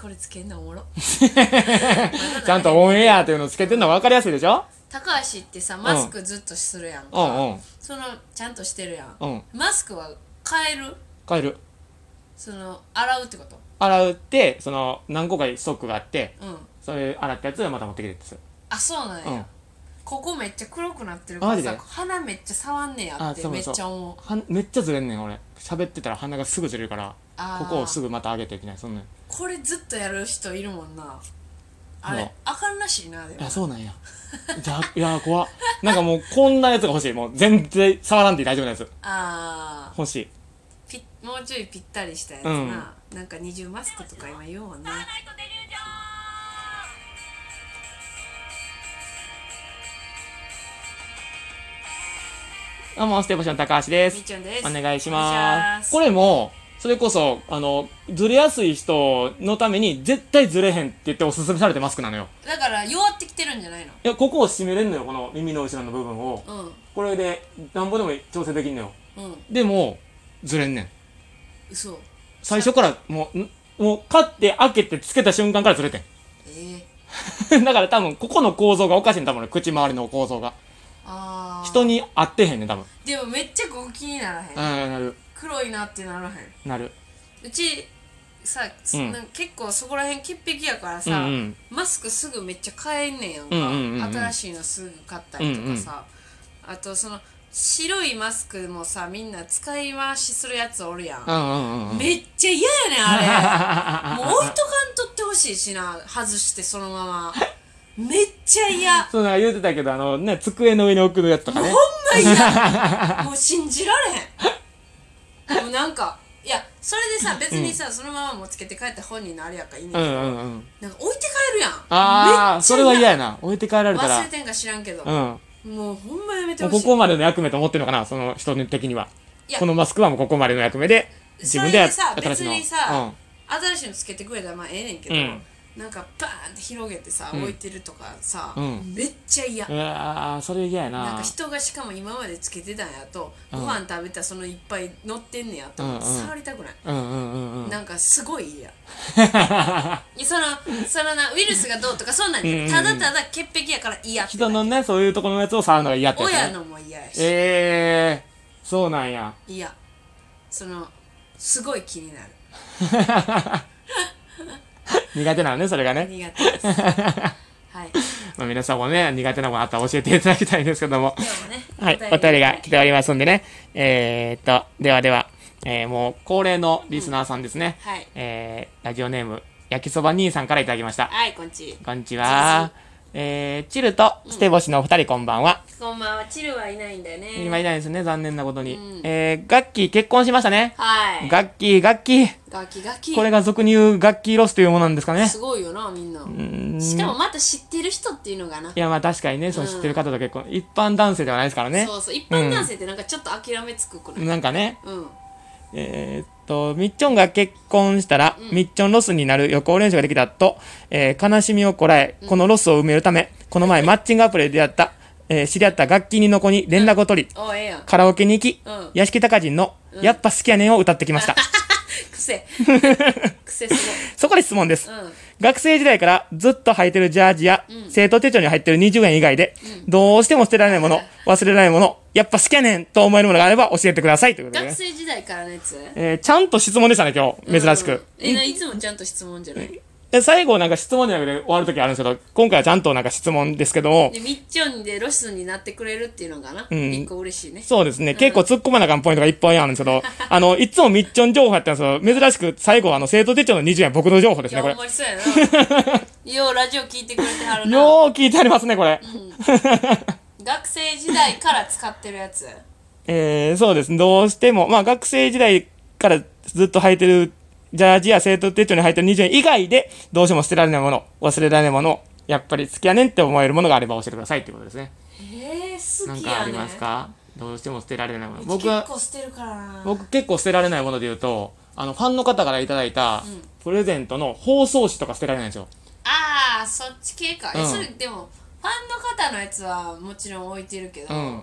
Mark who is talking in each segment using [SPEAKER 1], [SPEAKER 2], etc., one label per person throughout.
[SPEAKER 1] これつけんのおもろ
[SPEAKER 2] ちゃんとオンエアっていうのつけてんの分かりやすいでしょ
[SPEAKER 1] 高橋ってさマスクずっとするやんか、
[SPEAKER 2] うんうん
[SPEAKER 1] そのちゃんとしてるやん、
[SPEAKER 2] うん
[SPEAKER 1] マスクは変える
[SPEAKER 2] 変える
[SPEAKER 1] その洗うってこと
[SPEAKER 2] 洗うってその何個かストックがあって
[SPEAKER 1] うん
[SPEAKER 2] それ洗ったやつをまた持ってきてってする
[SPEAKER 1] あそうなんや、
[SPEAKER 2] うん
[SPEAKER 1] ここめっちゃ黒くなってるから
[SPEAKER 2] マジ
[SPEAKER 1] さ
[SPEAKER 2] で
[SPEAKER 1] 鼻めっちゃ触んねや
[SPEAKER 2] あ
[SPEAKER 1] って
[SPEAKER 2] そう
[SPEAKER 1] めっ
[SPEAKER 2] そう
[SPEAKER 1] ちゃ思う
[SPEAKER 2] はんめっちゃずれんねん俺喋ってたら鼻がすぐずれるから
[SPEAKER 1] あー
[SPEAKER 2] ここをすぐまた上げていけないそんなん
[SPEAKER 1] これずっとやる人いるもんなあれ、
[SPEAKER 2] うん
[SPEAKER 1] あかんらしいなで
[SPEAKER 2] い
[SPEAKER 1] も
[SPEAKER 2] やそうなんやじゃいや怖っなんかもうこんなやつが欲しいもう全然触らんで大丈夫なやつ
[SPEAKER 1] あー
[SPEAKER 2] 欲しい
[SPEAKER 1] ピもうちょいぴったりしたやつな、なんか二重マスクとか今言うもんな
[SPEAKER 2] どうもステーション高橋です
[SPEAKER 1] みーちゃんです
[SPEAKER 2] お願いし
[SPEAKER 1] お願
[SPEAKER 2] ま
[SPEAKER 1] いし
[SPEAKER 2] す。これも、それこそ、あの、ずれやすい人のために、絶対ずれへんって言っておすすめされてマスクなのよ。
[SPEAKER 1] だから弱ってきてるんじゃないの
[SPEAKER 2] いや、ここを締めれんのよ、この耳の後ろの部分を。
[SPEAKER 1] う
[SPEAKER 2] これで、なんぼでも調整できんのよ。
[SPEAKER 1] んうん
[SPEAKER 2] でも、ずれんねん。
[SPEAKER 1] 嘘
[SPEAKER 2] 最初から、もう、んもう、買って開けてつけた瞬間からずれて
[SPEAKER 1] ええ
[SPEAKER 2] ん。 だから多分、ここの構造がおかしいんだもんね、口周りの構造が。
[SPEAKER 1] あー
[SPEAKER 2] 人に合ってへんねん、多分。
[SPEAKER 1] でもめっちゃゴキにならへん、
[SPEAKER 2] うん、なる、
[SPEAKER 1] 黒いなってならへん
[SPEAKER 2] なる。
[SPEAKER 1] うちさ、そ
[SPEAKER 2] うん
[SPEAKER 1] なんか結構そこら辺潔癖やから
[SPEAKER 2] うん
[SPEAKER 1] さ、
[SPEAKER 2] うん
[SPEAKER 1] マスクすぐめっちゃ買えんねんやんか、
[SPEAKER 2] うんうんうんうん
[SPEAKER 1] 新しいのすぐ買ったりとかさ、あとその白いマスクもさみんな使い回しするやつおるやん、
[SPEAKER 2] うんうんうんうん。
[SPEAKER 1] めっちゃ嫌やねんあれもう置いと
[SPEAKER 2] う
[SPEAKER 1] かんとってほしいしな外してそのま まめっちゃ嫌
[SPEAKER 2] そうなんか言うてたけど、あのね、机の上に置くやつと かね。
[SPEAKER 1] ほんま嫌 もう信じられへんもうなんかいやそれでさ別にさ、そのままもうつけて帰った本人のあれやからいいねんけ
[SPEAKER 2] う
[SPEAKER 1] ど、
[SPEAKER 2] んうんうん。
[SPEAKER 1] なんか置いて帰るやん
[SPEAKER 2] あ
[SPEAKER 1] めっちゃ
[SPEAKER 2] あ、それは嫌やな。置いて帰られたら。
[SPEAKER 1] 忘れ
[SPEAKER 2] う
[SPEAKER 1] てんか知らんけど、
[SPEAKER 2] ん。も
[SPEAKER 1] もうほんまやめて
[SPEAKER 2] う
[SPEAKER 1] ほ
[SPEAKER 2] こ
[SPEAKER 1] しい
[SPEAKER 2] こまでの役目と思ってるのかな、その人的には。
[SPEAKER 1] いや
[SPEAKER 2] このマスクはもうここまでの役目で、自分でや
[SPEAKER 1] それでさ別にさ
[SPEAKER 2] の。、
[SPEAKER 1] 新しいのつけてくれたらまあええねんけど、
[SPEAKER 2] うん
[SPEAKER 1] なんかバーンって広げてさ、
[SPEAKER 2] うん
[SPEAKER 1] 置いてるとかさ、
[SPEAKER 2] うん
[SPEAKER 1] めっちゃ嫌、
[SPEAKER 2] うん。うわーそれ嫌やな。
[SPEAKER 1] なんか人がしかも今までつけてたんやと、
[SPEAKER 2] うん
[SPEAKER 1] ご飯食べたらそのいっぱい乗ってんねやと、
[SPEAKER 2] うんうん
[SPEAKER 1] 触りたくない
[SPEAKER 2] うんうんうんうん。
[SPEAKER 1] なんかすごい嫌い やそのそのなウイルスがどうとかそんなん
[SPEAKER 2] うんうんうん
[SPEAKER 1] ただただ潔癖やから嫌ってだ
[SPEAKER 2] 人
[SPEAKER 1] け
[SPEAKER 2] のね、そういうところのやつを触るのが嫌ってやつ、ね。
[SPEAKER 1] 親のも嫌やし、
[SPEAKER 2] ええー、そうなんや。
[SPEAKER 1] いやそのすごい気になる
[SPEAKER 2] 苦手なのね、それがね。
[SPEAKER 1] 苦手です はいで
[SPEAKER 2] まあ、皆さんもね、苦手なものあったら教えていただきたいんですけど も。
[SPEAKER 1] もね
[SPEAKER 2] はい、お便りが来ておりますんでね。えー、っと、ではでは、えー、もう恒例のリスナーさんですね。
[SPEAKER 1] はい
[SPEAKER 2] えー、ラジオネーム、焼きそば兄さんからいただきました。
[SPEAKER 1] はいこんち
[SPEAKER 2] こんにちは。えー、チルとステボシのお二人こんばんは。
[SPEAKER 1] こんばんはチルはいないんだよね
[SPEAKER 2] 今いないですね、残念なことに。
[SPEAKER 1] うん
[SPEAKER 2] えー、ガッキー結婚しましたね。
[SPEAKER 1] はい
[SPEAKER 2] ガッキー、ガッキー。
[SPEAKER 1] ガキガキ
[SPEAKER 2] これが俗に言うガッキーロスというものなんですかね。
[SPEAKER 1] すごいよなみんな
[SPEAKER 2] うん
[SPEAKER 1] しかもまた知ってる人っていうのがない
[SPEAKER 2] や、まあ確かにね、その知ってる方と結婚、一般男性ではないですからね。
[SPEAKER 1] そうそう一般男性ってなんかちょっと諦めつくくない
[SPEAKER 2] なんかね、
[SPEAKER 1] うん
[SPEAKER 2] えーっと、みっちょんが結婚したら、みっちょんロスになる予行練習ができたと、えー悲しみをこらえ、このロスを埋めるため、この前マッチングアプリで出会った、えー知り合った楽器人の子に連絡を取り、
[SPEAKER 1] おええやん
[SPEAKER 2] カラオケに行き、
[SPEAKER 1] うん
[SPEAKER 2] 屋敷隆人の、やっぱ好きやねんを歌ってきま した。
[SPEAKER 1] 癖癖す
[SPEAKER 2] そこで質問です。
[SPEAKER 1] ごいうん
[SPEAKER 2] 学生時代からずっと履いてるジャージや、生徒手帳に入ってる20円以外で、どうしても捨てられないもの、 忘れられないもの、やっぱ好きやねんと思えるものがあれば教えてください。ということで、
[SPEAKER 1] 学
[SPEAKER 2] ね。
[SPEAKER 1] 生時代からのやつ
[SPEAKER 2] えーちゃんと質問でしたね、今日。珍しく。
[SPEAKER 1] うんえないつもちゃんと質問じゃない
[SPEAKER 2] で最後なんか質問じゃなくて終わるときあるんですけど、今回はちゃんとなんか質問ですけども、
[SPEAKER 1] でみっちょんでロスになってくれるっていうのがな、
[SPEAKER 2] ん
[SPEAKER 1] 一個嬉しいね
[SPEAKER 2] そうですね、結構突っ込まなあかんポイントが一本あるんですけど、あの、いつもみっちょん情報やったんですけど、珍しく最後はあの、生徒手帳の20円僕の情報
[SPEAKER 1] い
[SPEAKER 2] ですね、
[SPEAKER 1] やほ
[SPEAKER 2] これ
[SPEAKER 1] ん。まにそうやなようラジオ聞いてくれてはるな
[SPEAKER 2] よう聞いてありますね、これ。
[SPEAKER 1] 学生時代から使ってるやつ
[SPEAKER 2] えー、そうですね、どうしても、まあ学生時代からずっと履いてるジャージや生徒手帳に入ってる20円以外で、どうしても捨てられないもの、忘れられないもの、やっぱり好きやねんって思えるものがあれば教えてくださいっていうことですね。
[SPEAKER 1] えー、好
[SPEAKER 2] なん
[SPEAKER 1] き
[SPEAKER 2] かあ
[SPEAKER 1] や
[SPEAKER 2] り
[SPEAKER 1] ね
[SPEAKER 2] ますかどうしても捨てられないもの。
[SPEAKER 1] うち
[SPEAKER 2] 僕は
[SPEAKER 1] 結構捨てるからな
[SPEAKER 2] 僕結構捨てられないもので言うとあのファンの方からいただいたプレゼントの包装紙とか捨てられないんですよ、
[SPEAKER 1] ああそっち系か、え
[SPEAKER 2] うん
[SPEAKER 1] それでもファンの方のやつはもちろん置いてるけど、
[SPEAKER 2] うん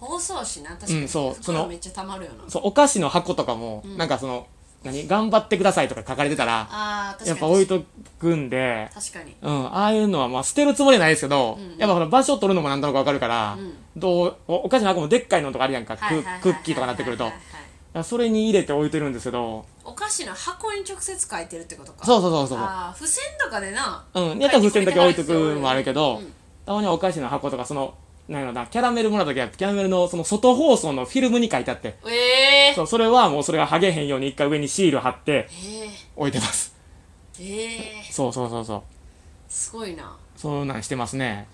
[SPEAKER 1] 包装紙な確かに、
[SPEAKER 2] うんそうその
[SPEAKER 1] 袋めっちゃたまるよな
[SPEAKER 2] そうお菓子の箱とかも、なんかその何頑張ってくださいとか書かれてたら、
[SPEAKER 1] ああ確かに
[SPEAKER 2] やっぱ置いとくんで、
[SPEAKER 1] 確かに
[SPEAKER 2] うん、ああいうのは、まあ、捨てるつもりはないですけど、やっぱほら、場所取るのもなんとなくわかるから、
[SPEAKER 1] ん
[SPEAKER 2] どう、おお菓子の箱もでっかいのとかあるやんか、ク
[SPEAKER 1] はいはいはいはい
[SPEAKER 2] クッキーとかなってくると。
[SPEAKER 1] はい
[SPEAKER 2] だ
[SPEAKER 1] は
[SPEAKER 2] か
[SPEAKER 1] いはい
[SPEAKER 2] らそれに入れて置いてるんですけど、
[SPEAKER 1] お菓子の箱に直接書いてるってことか
[SPEAKER 2] そうそうそうそう。
[SPEAKER 1] ああ付箋とかでな
[SPEAKER 2] うん、やったら付箋だけ置いとくのもあるけど、
[SPEAKER 1] うん
[SPEAKER 2] たまにお菓子の箱とか、その、なんやろな、キャラメルもらった時は、キャラメルのその外包装のフィルムに書いてあって、
[SPEAKER 1] ええ
[SPEAKER 2] そう、それはもうそれが剥げへんように一回上にシール貼って
[SPEAKER 1] え
[SPEAKER 2] 置いてます。
[SPEAKER 1] えええ
[SPEAKER 2] そうそうそうそう。
[SPEAKER 1] すごいな
[SPEAKER 2] そうなんしてますね。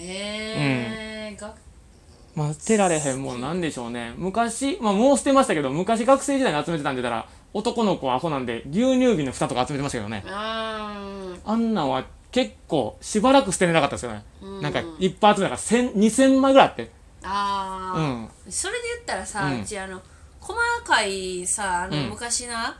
[SPEAKER 1] ええが
[SPEAKER 2] まあ、捨てられへんもんなんでしょうね。昔、まあもう捨てましたけど、昔学生時代に集めてたんでたら、男の子アホなんで、牛乳瓶の蓋とか集めてましたけどね。
[SPEAKER 1] うん
[SPEAKER 2] あんなんは結構しばらく捨てれなかったですよね。
[SPEAKER 1] うん
[SPEAKER 2] なんか、いっぱい集めたから、千、二千枚ぐらいあって。
[SPEAKER 1] あ
[SPEAKER 2] う
[SPEAKER 1] あ、
[SPEAKER 2] ん。
[SPEAKER 1] それで言ったらさ、
[SPEAKER 2] う
[SPEAKER 1] うんちあの細かいさあの
[SPEAKER 2] うん
[SPEAKER 1] 昔な、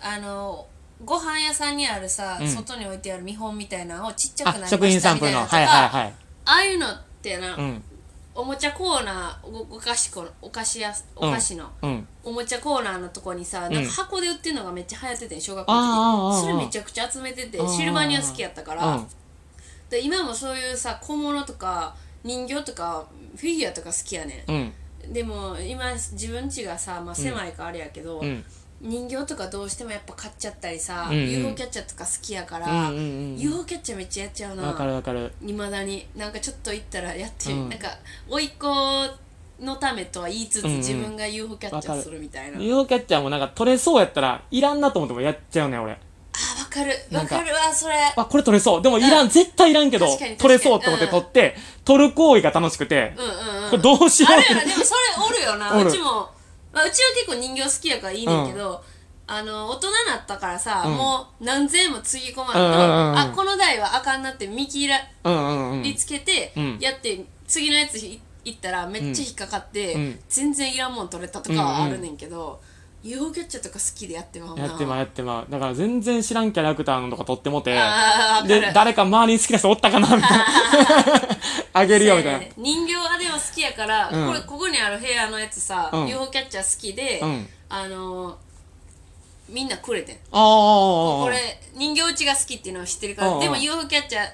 [SPEAKER 1] あのご飯屋さんにあるさ、
[SPEAKER 2] うん
[SPEAKER 1] 外に置いてある見本みたいなのをちっちゃくなり
[SPEAKER 2] あ、
[SPEAKER 1] ま
[SPEAKER 2] 食品
[SPEAKER 1] した
[SPEAKER 2] サン
[SPEAKER 1] み
[SPEAKER 2] プ
[SPEAKER 1] たい
[SPEAKER 2] ルの。
[SPEAKER 1] なのとか、
[SPEAKER 2] はいはいはい。
[SPEAKER 1] ああいうのってな、
[SPEAKER 2] うん。
[SPEAKER 1] おもちゃコーナーおお菓子コーナーお菓子やお菓子の、
[SPEAKER 2] うん。
[SPEAKER 1] おもちゃコーナーのとこにさなん
[SPEAKER 2] うん
[SPEAKER 1] か箱で売ってるのがめっちゃ流行ってて小学校
[SPEAKER 2] あーあー
[SPEAKER 1] の
[SPEAKER 2] あー
[SPEAKER 1] 時それめちゃくちゃ集めてて
[SPEAKER 2] あー
[SPEAKER 1] シルバニア好きやったか
[SPEAKER 2] う
[SPEAKER 1] ら
[SPEAKER 2] ん。
[SPEAKER 1] で今もそういうさ小物とか人形とかフィギュアとか好きやね
[SPEAKER 2] うん。
[SPEAKER 1] んでも今自分家がさ、まあ、狭いからあれやけど、
[SPEAKER 2] うん。
[SPEAKER 1] 人形とかどうしてもやっぱ買っちゃったりさ、
[SPEAKER 2] うんうん
[SPEAKER 1] UFO キャッチャーとか好きやから、
[SPEAKER 2] うんうんうん
[SPEAKER 1] UFO キャッチャーめっちゃやっちゃう
[SPEAKER 2] わかる
[SPEAKER 1] な
[SPEAKER 2] わかる。
[SPEAKER 1] いまだになんかちょっと行ったらやってる、
[SPEAKER 2] うん
[SPEAKER 1] なんか甥っ子のためとは言いつつ、
[SPEAKER 2] うんうん
[SPEAKER 1] 自分が UFO キャッチャ
[SPEAKER 2] わか
[SPEAKER 1] ー
[SPEAKER 2] る
[SPEAKER 1] するみたいな
[SPEAKER 2] UFO キャッチャーもなんか取れそうやったら、いらんなと思ってもやっちゃうね、俺。
[SPEAKER 1] あわかる
[SPEAKER 2] な
[SPEAKER 1] わ
[SPEAKER 2] んか
[SPEAKER 1] かるわそれ
[SPEAKER 2] あ、これ取れそう。でもいらん、絶対いらんけど
[SPEAKER 1] 確かに、確
[SPEAKER 2] 取
[SPEAKER 1] か
[SPEAKER 2] れ
[SPEAKER 1] に
[SPEAKER 2] そうって思って
[SPEAKER 1] うん
[SPEAKER 2] 取って、取る行為が楽しくて、
[SPEAKER 1] うんうんうん
[SPEAKER 2] これどうしよ
[SPEAKER 1] あ
[SPEAKER 2] う
[SPEAKER 1] る
[SPEAKER 2] っ
[SPEAKER 1] よ
[SPEAKER 2] て
[SPEAKER 1] な。でもそれおるよな
[SPEAKER 2] おる
[SPEAKER 1] うちも、まあ、うちは結構人形好きやからいいねんけど、あの大人になったからさ、
[SPEAKER 2] うん
[SPEAKER 1] もう何千円もつぎ込まんと、
[SPEAKER 2] うんうんうんうん
[SPEAKER 1] あこの台はあかんなって見切ら
[SPEAKER 2] うんうんうん。
[SPEAKER 1] りつけて、
[SPEAKER 2] うん
[SPEAKER 1] やって次のやつい行ったらめっちゃ引っかかって、
[SPEAKER 2] うん
[SPEAKER 1] 全然いらんもん取れたとかはあるねんけど、UFO キャッチャーとか好きでやってまうな
[SPEAKER 2] やってまう
[SPEAKER 1] あ
[SPEAKER 2] やってまう。だから全然知らんキャラクターのとか取ってもて、
[SPEAKER 1] あーわか
[SPEAKER 2] で、
[SPEAKER 1] る
[SPEAKER 2] 誰か周りに好きな人おったかなみたい な。あげるよみたいな。
[SPEAKER 1] そうやね人形はでも好きやから、
[SPEAKER 2] うん
[SPEAKER 1] これここにある部屋のやつさ、
[SPEAKER 2] うん
[SPEAKER 1] UFO キャッチャー好きで、
[SPEAKER 2] うん
[SPEAKER 1] あのーみんなくれてん
[SPEAKER 2] ああ、
[SPEAKER 1] これ人形うちが好きっていうのを知ってるか
[SPEAKER 2] うん
[SPEAKER 1] ら
[SPEAKER 2] うん
[SPEAKER 1] でも UFO キャッチャー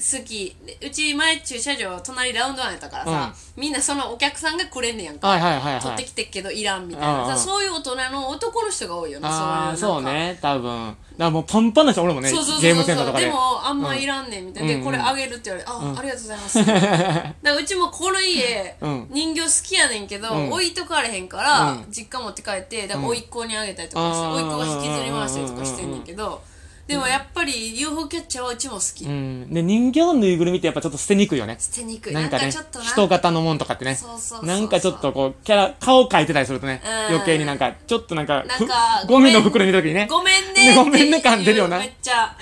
[SPEAKER 1] 好きでうち前駐車場隣ラウンドワンやったからさ、みんなそのお客さんがくれんねやんか、
[SPEAKER 2] はいはいはい
[SPEAKER 1] 取
[SPEAKER 2] は
[SPEAKER 1] って
[SPEAKER 2] い。
[SPEAKER 1] きてっけどいらんみたい
[SPEAKER 2] うんうん
[SPEAKER 1] な、さそういう大人の男の人が多いよね
[SPEAKER 2] ああ、
[SPEAKER 1] そ
[SPEAKER 2] そう
[SPEAKER 1] いう
[SPEAKER 2] う
[SPEAKER 1] なんか
[SPEAKER 2] ね、多分。だからもうパンパンな人おるもんね
[SPEAKER 1] そうそうそうそ、う
[SPEAKER 2] ゲームセンターとかで。
[SPEAKER 1] でもあんまいらんねんみたいな、
[SPEAKER 2] うん
[SPEAKER 1] でこれあげるって言われて、あありがとうござい ますだからうちもこの家、
[SPEAKER 2] うん
[SPEAKER 1] 人形好きやねんけど、
[SPEAKER 2] うん
[SPEAKER 1] 置いとかれへんから、
[SPEAKER 2] うん
[SPEAKER 1] 実家持って帰ってだから甥っ子にあげたりとかして、
[SPEAKER 2] うん
[SPEAKER 1] 甥っ子が引きずり回したりとかしてんねんけど、でもやっぱり UFO キャッチャーはうちも好き、
[SPEAKER 2] うん。で、人形のぬいぐるみってやっぱちょっと捨てにくいよね。
[SPEAKER 1] 捨てにくい
[SPEAKER 2] な
[SPEAKER 1] なんん
[SPEAKER 2] か
[SPEAKER 1] か
[SPEAKER 2] ね
[SPEAKER 1] ちょっとな、
[SPEAKER 2] 人型のもんとかってね
[SPEAKER 1] そうそうそうそう
[SPEAKER 2] なんかちょっとこうキャラ顔描いてたりするとね
[SPEAKER 1] うん
[SPEAKER 2] 余計になんかちょっとなんか
[SPEAKER 1] なんか
[SPEAKER 2] ふゴ
[SPEAKER 1] ごめ
[SPEAKER 2] ミ
[SPEAKER 1] ん
[SPEAKER 2] の袋に入れた時にね
[SPEAKER 1] ごめんねっていう
[SPEAKER 2] ごめんね感出るよな
[SPEAKER 1] めっちゃ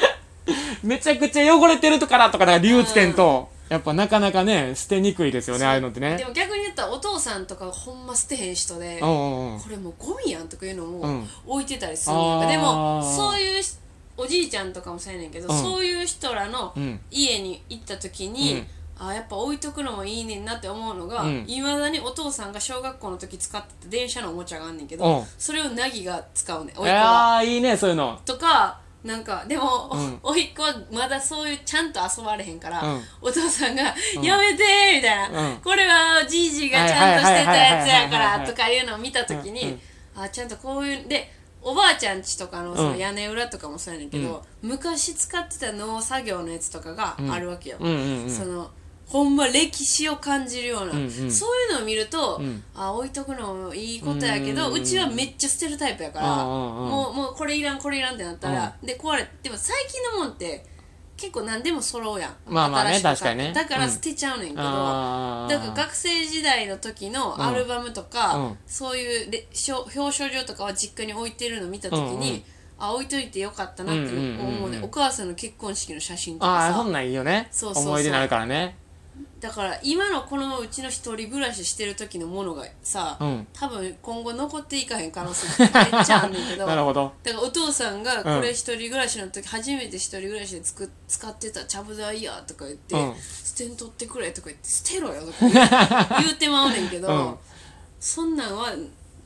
[SPEAKER 2] めちゃくちゃ汚れてるとからとかなんか理由つけんと、やっぱなかなかね捨てにくいですよねああいうのって
[SPEAKER 1] で
[SPEAKER 2] ね
[SPEAKER 1] も逆に言ったらお父さんとかほんま捨てへん人で、
[SPEAKER 2] うんうんうん
[SPEAKER 1] これもうゴミやんとかいうの
[SPEAKER 2] う
[SPEAKER 1] も
[SPEAKER 2] ん
[SPEAKER 1] 置いてたりするんやんか、で
[SPEAKER 2] あ
[SPEAKER 1] も
[SPEAKER 2] ー
[SPEAKER 1] そういうしおじいちゃんとかもそうやねんけど、
[SPEAKER 2] うん
[SPEAKER 1] そういう人らの
[SPEAKER 2] うん
[SPEAKER 1] 家に行った時
[SPEAKER 2] う
[SPEAKER 1] に
[SPEAKER 2] ん、
[SPEAKER 1] あやっぱ置いとくのもいいねんなって思うのが
[SPEAKER 2] うん
[SPEAKER 1] いま、未だにお父さんが小学校の時使ってた電車のおもちゃがあんねんけ
[SPEAKER 2] う
[SPEAKER 1] ど
[SPEAKER 2] ん
[SPEAKER 1] それをナギが使うねんおいっ子は。
[SPEAKER 2] ああいいねそういうの
[SPEAKER 1] とかなんかでも、
[SPEAKER 2] うん
[SPEAKER 1] おいっ子はまだそういうちゃんと遊ばれへんから、
[SPEAKER 2] うん
[SPEAKER 1] お父さんが「やめて!」みたいな、
[SPEAKER 2] うん
[SPEAKER 1] これはじいじがちゃんとしてたやつやか
[SPEAKER 2] はいはいはいはいはいはい
[SPEAKER 1] ら」とかいうのを見た時に、
[SPEAKER 2] うん
[SPEAKER 1] あちゃんとこういうでおばあちゃんちとかのその屋根裏とかもそうやねんけど、昔使ってた農作業のやつとかがあるわけよ、
[SPEAKER 2] うんうんうん
[SPEAKER 1] そのほんま歴史を感じるような、
[SPEAKER 2] うんうん
[SPEAKER 1] そういうのを見ると、
[SPEAKER 2] ん
[SPEAKER 1] あ置いとくのもいいことやけど、
[SPEAKER 2] う
[SPEAKER 1] うんちはめっちゃ捨てるタイプやから、
[SPEAKER 2] うんうんうん
[SPEAKER 1] もうもうこれいらんこれいらんってなったら、で壊れでも最近のもんって結構何でも揃うやん、
[SPEAKER 2] まあまあね
[SPEAKER 1] 新しく買って
[SPEAKER 2] 確かにね
[SPEAKER 1] だか
[SPEAKER 2] う
[SPEAKER 1] ら
[SPEAKER 2] ん
[SPEAKER 1] 捨てちゃうねんけど、
[SPEAKER 2] あー
[SPEAKER 1] だから学生時代の時のアルバムとか、
[SPEAKER 2] うんうん
[SPEAKER 1] そういうれしょ表彰状とかは実家に置いてるの見た時に、
[SPEAKER 2] うんうん
[SPEAKER 1] あ置いといてよかったなって思うね、
[SPEAKER 2] うんうんうんうん
[SPEAKER 1] お母さんの結婚式の写真とか
[SPEAKER 2] ああ
[SPEAKER 1] さ
[SPEAKER 2] そんなんいいよね
[SPEAKER 1] そうそうそう
[SPEAKER 2] 思い出になるからね
[SPEAKER 1] だから今のこのうちの一人暮らししてる時のものがさ、
[SPEAKER 2] うん
[SPEAKER 1] 多分今後残っていかへん可能性めっちゃあんねんけど
[SPEAKER 2] なるほど
[SPEAKER 1] だからお父さんがこ
[SPEAKER 2] うん
[SPEAKER 1] れ一人暮らしの時、初めて一人暮らしでつく使ってたちゃぶ台やとか言って、
[SPEAKER 2] うん
[SPEAKER 1] 捨てんとって くれとか言って捨てろよとか言う言うてまうねんけど、
[SPEAKER 2] うん
[SPEAKER 1] そんなんは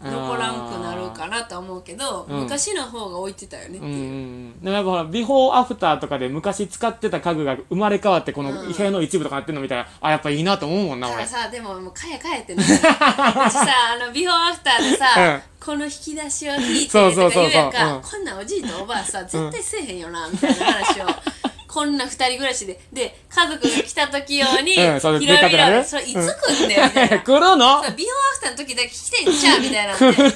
[SPEAKER 1] 残らんくなるかなとは思うけど、
[SPEAKER 2] うん
[SPEAKER 1] 昔の方が置いてたよねって
[SPEAKER 2] うんう
[SPEAKER 1] いう、
[SPEAKER 2] んでもやっぱほらビフォーアフターとかで昔使ってた家具が生まれ変わってこの
[SPEAKER 1] うん
[SPEAKER 2] 部屋の一部とかなってんの見たら、あやっぱいいなと思うもんな
[SPEAKER 1] だか
[SPEAKER 2] 俺
[SPEAKER 1] らさでももう買え買えってなるうちさあのビフォーアフターでさ、この引き出しを引いてと
[SPEAKER 2] そ
[SPEAKER 1] か
[SPEAKER 2] うそうそ
[SPEAKER 1] 言
[SPEAKER 2] うそう
[SPEAKER 1] うやんか、
[SPEAKER 2] うん
[SPEAKER 1] こんなんおじいとおばあさ絶対せえへんよなみたいな話 を。こんな二人暮らしで、で、家族が来た時用に、
[SPEAKER 2] うんそう
[SPEAKER 1] 広
[SPEAKER 2] でっかくな
[SPEAKER 1] 々、
[SPEAKER 2] る。
[SPEAKER 1] それいつ来んねんみたいな
[SPEAKER 2] 来
[SPEAKER 1] ビ
[SPEAKER 2] るの
[SPEAKER 1] フォーアフターの時だけ来てんちゃうみたいな。
[SPEAKER 2] 来る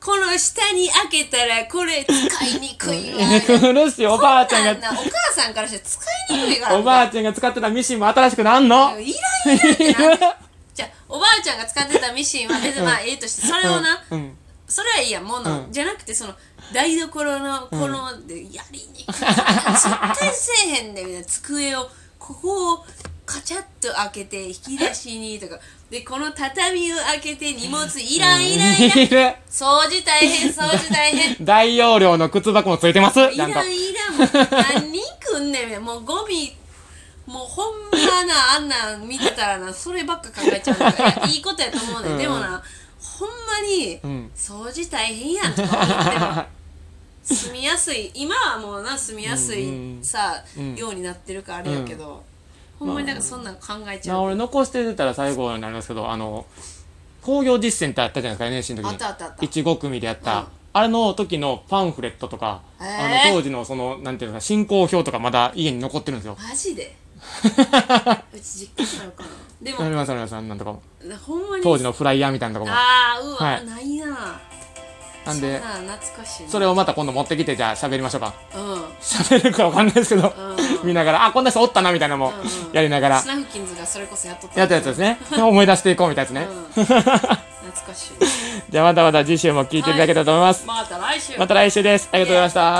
[SPEAKER 1] この下に開けたらこれ使いにくいわ。
[SPEAKER 2] 来る しおばあちゃ
[SPEAKER 1] こ
[SPEAKER 2] ん
[SPEAKER 1] ん
[SPEAKER 2] が
[SPEAKER 1] なんなお母さんからしたら使いにくいから。
[SPEAKER 2] おばあちゃんが使ってたミシンも新しくなんの
[SPEAKER 1] いらんいらんってなってじゃあおばあちゃんが使ってたミシンは別にまあええとしてそれをな、
[SPEAKER 2] うんうん
[SPEAKER 1] それはいいやもの、
[SPEAKER 2] う
[SPEAKER 1] じゃなくてその台所のこのでやりにくい、絶対せえへんでみたいな机をここをカチャッと開けて引き出しにとかでこの畳を開けて荷物いらんいらんいらん
[SPEAKER 2] いる
[SPEAKER 1] 掃除大変掃除大変
[SPEAKER 2] 大容量の靴箱もついてます
[SPEAKER 1] い
[SPEAKER 2] ちゃ
[SPEAKER 1] ら
[SPEAKER 2] ん
[SPEAKER 1] んい
[SPEAKER 2] と
[SPEAKER 1] らんもう何人来んねんみたいなもうゴミもうほんまなあんなん見てたらなそればっか考えちゃうからいやいいことやと思うねん、
[SPEAKER 2] うん
[SPEAKER 1] でもなほんまに、
[SPEAKER 2] ん
[SPEAKER 1] 掃除大変やんとか思っても住みやすい今はもうな住みやす
[SPEAKER 2] うんう
[SPEAKER 1] い
[SPEAKER 2] ん
[SPEAKER 1] さ、
[SPEAKER 2] うん
[SPEAKER 1] ようになってるからあれやけど、ほんまになんかそんなん考えちゃ
[SPEAKER 2] な
[SPEAKER 1] う、
[SPEAKER 2] 俺残して出たら最後になりますけどあの工業実践ってあったじゃないですか NSC の時
[SPEAKER 1] あ
[SPEAKER 2] に
[SPEAKER 1] ったあったあった
[SPEAKER 2] 一5組でやった、
[SPEAKER 1] うん
[SPEAKER 2] あれの時のパンフレットとか、
[SPEAKER 1] えー
[SPEAKER 2] あの当時のそのなんていうのか進行表とかまだ家に残ってるんですよ
[SPEAKER 1] マジ でうち実家なのかなで
[SPEAKER 2] あり
[SPEAKER 1] も
[SPEAKER 2] ますありますあんなんとかも
[SPEAKER 1] ほんまに
[SPEAKER 2] 当時のフライヤーみたいなとかも
[SPEAKER 1] ああうわ、
[SPEAKER 2] はい
[SPEAKER 1] ないな
[SPEAKER 2] なんで
[SPEAKER 1] そんな懐かしいな
[SPEAKER 2] それをまた今度持ってきてじゃあ喋りましょうか
[SPEAKER 1] う
[SPEAKER 2] 喋るかわかんないですけど、
[SPEAKER 1] うん
[SPEAKER 2] 見ながらあこんな人おったなみたいなのも
[SPEAKER 1] んうん
[SPEAKER 2] やりながら
[SPEAKER 1] スナフキンズがそれこそやっとった
[SPEAKER 2] やったやつです ね思い出していこうみたいなやつね、
[SPEAKER 1] うん懐かしい
[SPEAKER 2] じゃあまたまた次週も聞いていただけたらと思います、
[SPEAKER 1] また来週
[SPEAKER 2] また来週ですありがとうございました